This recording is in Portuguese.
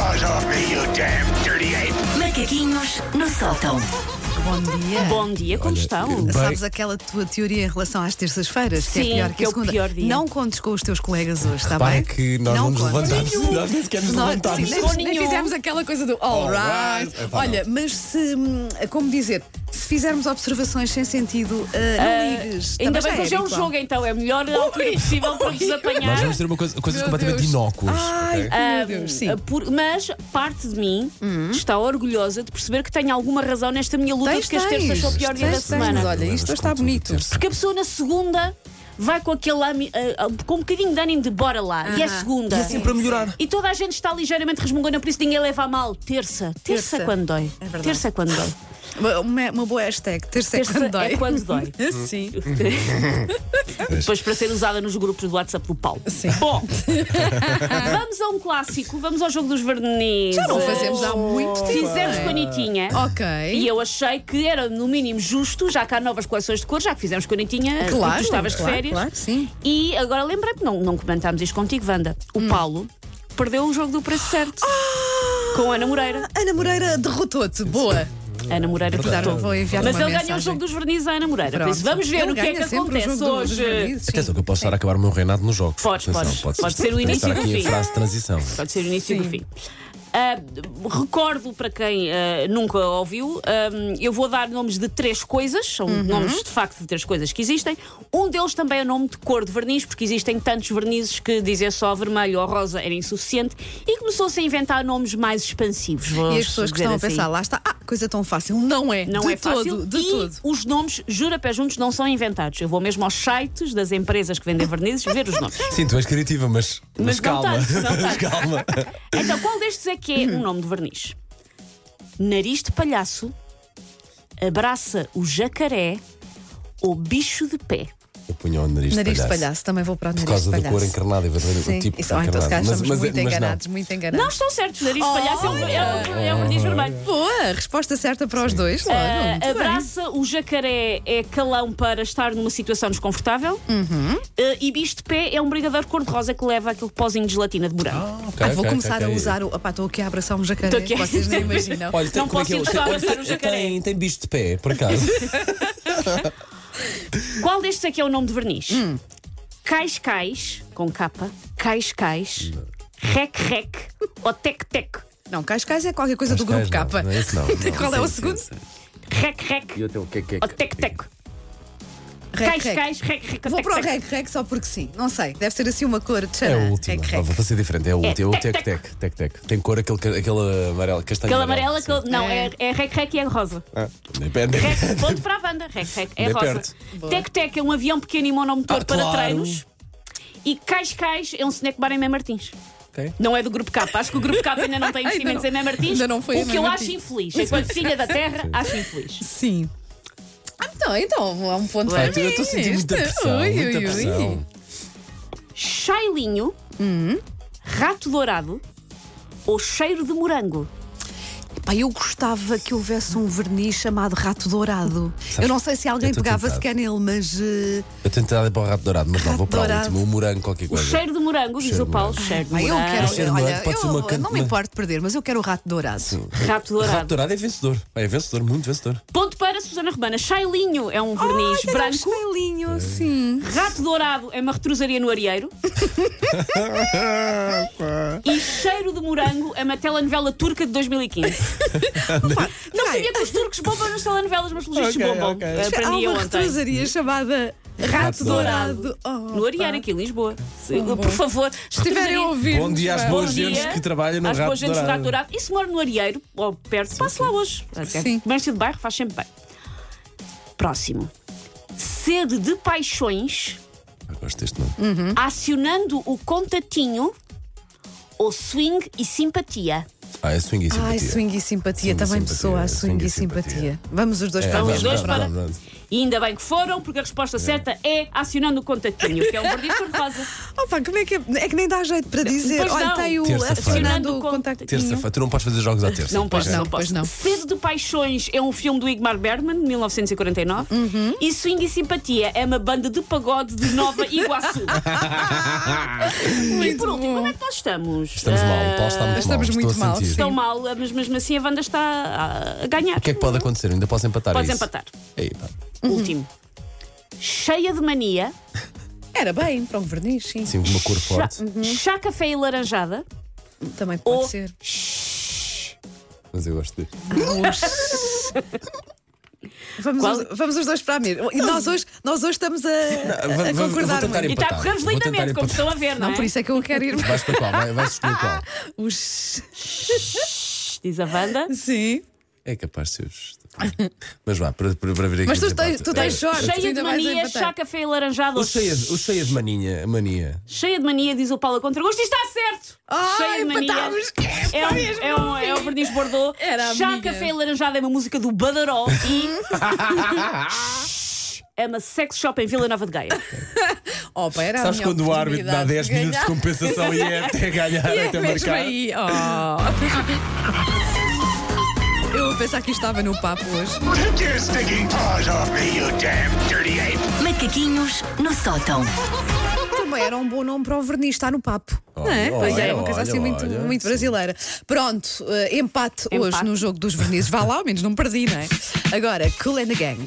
You damn dirty ape! Macaquinhos no sótão. Bom dia. Bom dia, como estão? Sabes aquela tua teoria em relação às terças-feiras, que é Sim, pior que, que é a o segunda? pior dia. Não contes com os teus colegas hoje, está Repara bem? que nós não vamos contes. levantar-nos. Nós nem sequer nos Nós, sim, levantámos. nem, nem fizemos aquela coisa do all right. É right. Epá, Olha, mas se, hum, como dizer, se fizermos observações sem sentido, uh, não ligues. Ah, Ainda Também bem já que hoje é um habitual. jogo, então. É a melhor altura possível para vos Nós apanhar. vamos ter uma coisa, coisas Meu completamente Deus. inócuas. ok? Ai, meu Ah, Deus, sim. Hum. ah, por- mas parte de mim está orgulhosa de perceber que tenho alguma razão nesta minha luta Tens, de que as terças são o pior dia da tens, tens, semana. mas olha, Problemas isto com está tudo, bonito. terça. Porque a pessoa na segunda vai com aquele ami- ah, ah, com um bocadinho de ânimo de bora lá. E é Aham. segunda. E é sempre a melhorar. E toda a gente está ligeiramente resmungona, por isso ninguém leva a mal. Terça. Terça, Terça. quando dói. É verdade. Terça quando dói. Uma, uma boa hashtag, terça, Terça é quando dói. sim. Uhum. Depois para ser usada nos grupos do WhatsApp do Paulo. Sim. Bom, vamos a um clássico, vamos ao jogo dos vernizes. Já não fazemos há muito tempo. Fizemos não é? com a Anitinha. Ok. E eu achei que era no mínimo justo, já que há novas coleções de cor, já que fizemos com a Anitinha, e Claro, tu estavas de claro, férias. claro, sim. E agora lembrei-me, não, não comentámos isto contigo, Wanda. O Hum. Paulo perdeu o jogo do preço certo. Com a Ana Moreira. Ana Moreira derrotou-te. Boa. Ana Moreira Verdade. derrotou. Vou um enviar Mas uma ele ganhou o mensagem. jogo dos vernizes à Ana Moreira. Por isso, Pronto. vamos ver Ele o que é que ganha sempre o acontece jogo do- dos hoje. juízes, sim. Atenção que eu posso estar a acabar o meu reinado nos jogos. Podes, Atenção, podes. pode, Pode ser o Podemos início estar do aqui em fim. frase de transição. Pode ser o início Sim. do fim. Ah, recordo para quem ah, nunca ouviu, ah, eu vou dar nomes de três coisas, são Uhum. nomes de facto de três coisas que existem. Um deles também é nome de cor de verniz, porque existem tantos vernizes que dizer só vermelho ou rosa era insuficiente e começou-se a inventar nomes mais expansivos. assim. E as pessoas que estão a pensar, lá está, ah, coisa tão fácil. Não é. Não de é fácil. todo, de e todo. os nomes, jura pé juntos, não são inventados. Eu vou mesmo aos sites das empresas que vendem vernizes ver os nomes. Sim, tu és criativa, mas, mas, Mas não calma. tanto, não mas tanto. calma. Então, qual destes é que é um nome de verniz? Nariz de palhaço, abraça o jacaré ou bicho de pé? Eu punho o nariz, Nariz de palhaço, também vou para o Por nariz causa de da palhaço. cor encarnada e verdadeira, Sim, o tipo isso, ah, então se encarnado. calhar Mas- estamos mas- é, muito mas não. enganados, muito enganados. Não estão certos, nariz de palhaço é um- é um é um verniz vermelho. Boa, resposta certa para os dois. Claro, muito Ah, bem. abraça o jacaré é calão para estar numa situação desconfortável Ah, e bicho de pé é um brigadeiro cor-de-rosa que leva aquele pozinho de gelatina de morango. Ah, Ah, ok, vou ok, começar ok. a usar o. Opá, estou aqui a abraçar um Tô jacaré, aqui. vocês nem imaginam. Olha, tem, Não como é posso que é? ir buscar Olha, a usar o jacaré. Tem, tem bicho de pé, por acaso. Qual destes é que é o nome de verniz? Cais Cais, com capa, Cais Cais, Rec Rec ou Tec Tec. Não, Cascais é qualquer coisa do Cascais grupo não, K. não é isso não, não, Qual é o sim, segundo? sim, sim. Rec Rec Eu tenho o que é que é ou que- Tec Tec. Rec, Cais rec. Cais, Rec Rec ou Vou Tec para o Tec. rec, rec só porque sim. Não sei, deve ser assim uma cor de É xará. o último. Rec, Ah, rec. Vou ser diferente. É o último. É o tec, tec-tec. Tec-tec. Tem cor, aquele, aquele amarelo, castanho. Aquela amarela, sim. aquele- não, é, é Rec Rec e é rosa. Depende. Rec, ponto para a banda, Rec Rec é Bem rosa. perto. Tec Tec é um avião pequeno e monomotor Ah, para claro. treinos. E Cais Cais é um snack bar em Mãe Martins. Ok. Não é do Grupo K. Acho que o Grupo K ainda não tem Ainda investimentos não- em Mãe Martins. ainda não foi a o Mãe que eu Martins. acho infeliz. Enquanto filha da terra, acho infeliz. Sim. Ah, então, então, há um ponto Ah, para então eu estou a mim, sentir muita este. pressão. Ui, muita ui, ui. pressão. Chailinho, Hum. rato dourado ou cheiro de morango? Pá, eu gostava que houvesse um verniz chamado rato dourado. eu não sei se alguém eu tô pegava tentado. sequer nele, mas. eh, Eu tentei ir para o rato dourado, mas não, Rato vou para o dourado. último. O morango, qualquer O coisa. cheiro de morango, diz Cheiro o de Paulo. morango. Cheiro de pá, eu morango. quero. cheiro de olha, morango pode eu ser uma can- não me uma- importo de perder, mas eu quero o rato dourado. Rato Rato dourado. dourado é vencedor. É vencedor, muito vencedor. Ponto para Susana Romana. Chailinho é um verniz Ai, era um branco. É. chinelinho, sim. Rato dourado é uma retrosaria no areeiro. e cheiro de morango é uma telenovela turca de 2015. Não sabia que os turcos bombam nas telenovelas, mas pelos vistos Ok, bombam. ok. Há Aprendi uma ontem. retrosaria chamada Rato, Rato Dourado. Dourado. Oh, No Ariana, pá. aqui em Lisboa. Eh, Por favor, Se estiverem a ouvir. Bom dia às pá. boas gentes que trabalham no às Rato boas gentes do Dourado. Rato Dourado. E se mora no Arieiro, ou perto, passe lá hoje. Até Sim. Comércio de bairro faz sempre bem. Próximo. Sede de paixões, Eu gosto deste nome. acionando o contatinho ou swing e simpatia. Ah, é swing e simpatia. Ai, swing e simpatia, Swing e também simpatia, pessoa, swing, swing e e simpatia. simpatia. Vamos os dois É, para Vamos o os mesmo. dois pronto. para- E ainda bem que foram, porque a resposta certa é acionando o contatinho, que é um verniz cor-de-rosa. Opa, como é que é? É que nem dá jeito para dizer. Pois Olha, não. tem o Terça-feira. acionando o Acionando o contactinho. Terça-feira. Tu não podes fazer jogos à terça. Não posso, não, não, pois posso. não. Sede de Paixões é um filme do Igmar Bergman, de 1949. Uhum. E Swing e Simpatia é uma banda de pagode de Nova Iguaçu. e por último, bom. como é que nós estamos? Estamos mal. O Paulo está muito Estamos mal. muito Estou a mal. sentir. tão mal, mas mesmo assim a Wanda está a- a ganhar. O que é que pode acontecer? Ainda posso empatar Podes é isso? empatar. Aí, pá. Uhum. Último. Cheia de mania, Era bem, para um verniz, sim. Sim, uma cor chá, forte. chá, café Uhum. e laranjada. Também pode Ou- ser. Mas eu gosto disso. Vamos, Qual- os, vamos os dois para a mesa. E nós hoje, nós hoje estamos a, vamos- a vamos- vou concordar tentar muito. E está a Empatar. correr Vou tentar lindamente, como empatar. estão a ver, não, Não, é? por isso é que eu quero ir. Vais para qual? Vai- Vais escolher qual? Os... Diz a Wanda. Sim. É capaz de ser. os- Mas vá, para, para, para ver aqui. Mas tu os tens- empates. tu tens É, sorte. tu Cheia de ainda vais mania, empatar. chá, café e laranjada. O cheia, de- o cheia de maninha, mania. Cheia de mania, diz o Paulo a contragosto. E está certo! Ah, Cheia de mania. empatámos. assim. É um, é um, é um verniz Bordeaux. Era a Chá, minha. café e laranjada é uma música do Badaró. E. é uma sex shop em Vila Nova de Gaia. Opa, era É a Sabes minha quando o árbitro dá oportunidade 10 minutos de ganhar. compensação e é até ganhar, E é até mesmo marcar? aí. Oh. Eu a pensar que estava no papo hoje. Take your stinking paws off me, you damn dirty ape! Macaquinhos no sótão. Também era um bom nome para o verniz, está no papo. não é? olha, pois é, uma coisa olha, assim muito, olha, muito sim. brasileira. Pronto, eh, empate, hoje Empate. no jogo dos vernizes. Vá lá, ao menos não perdi, não é? Agora, Cool and the Gang.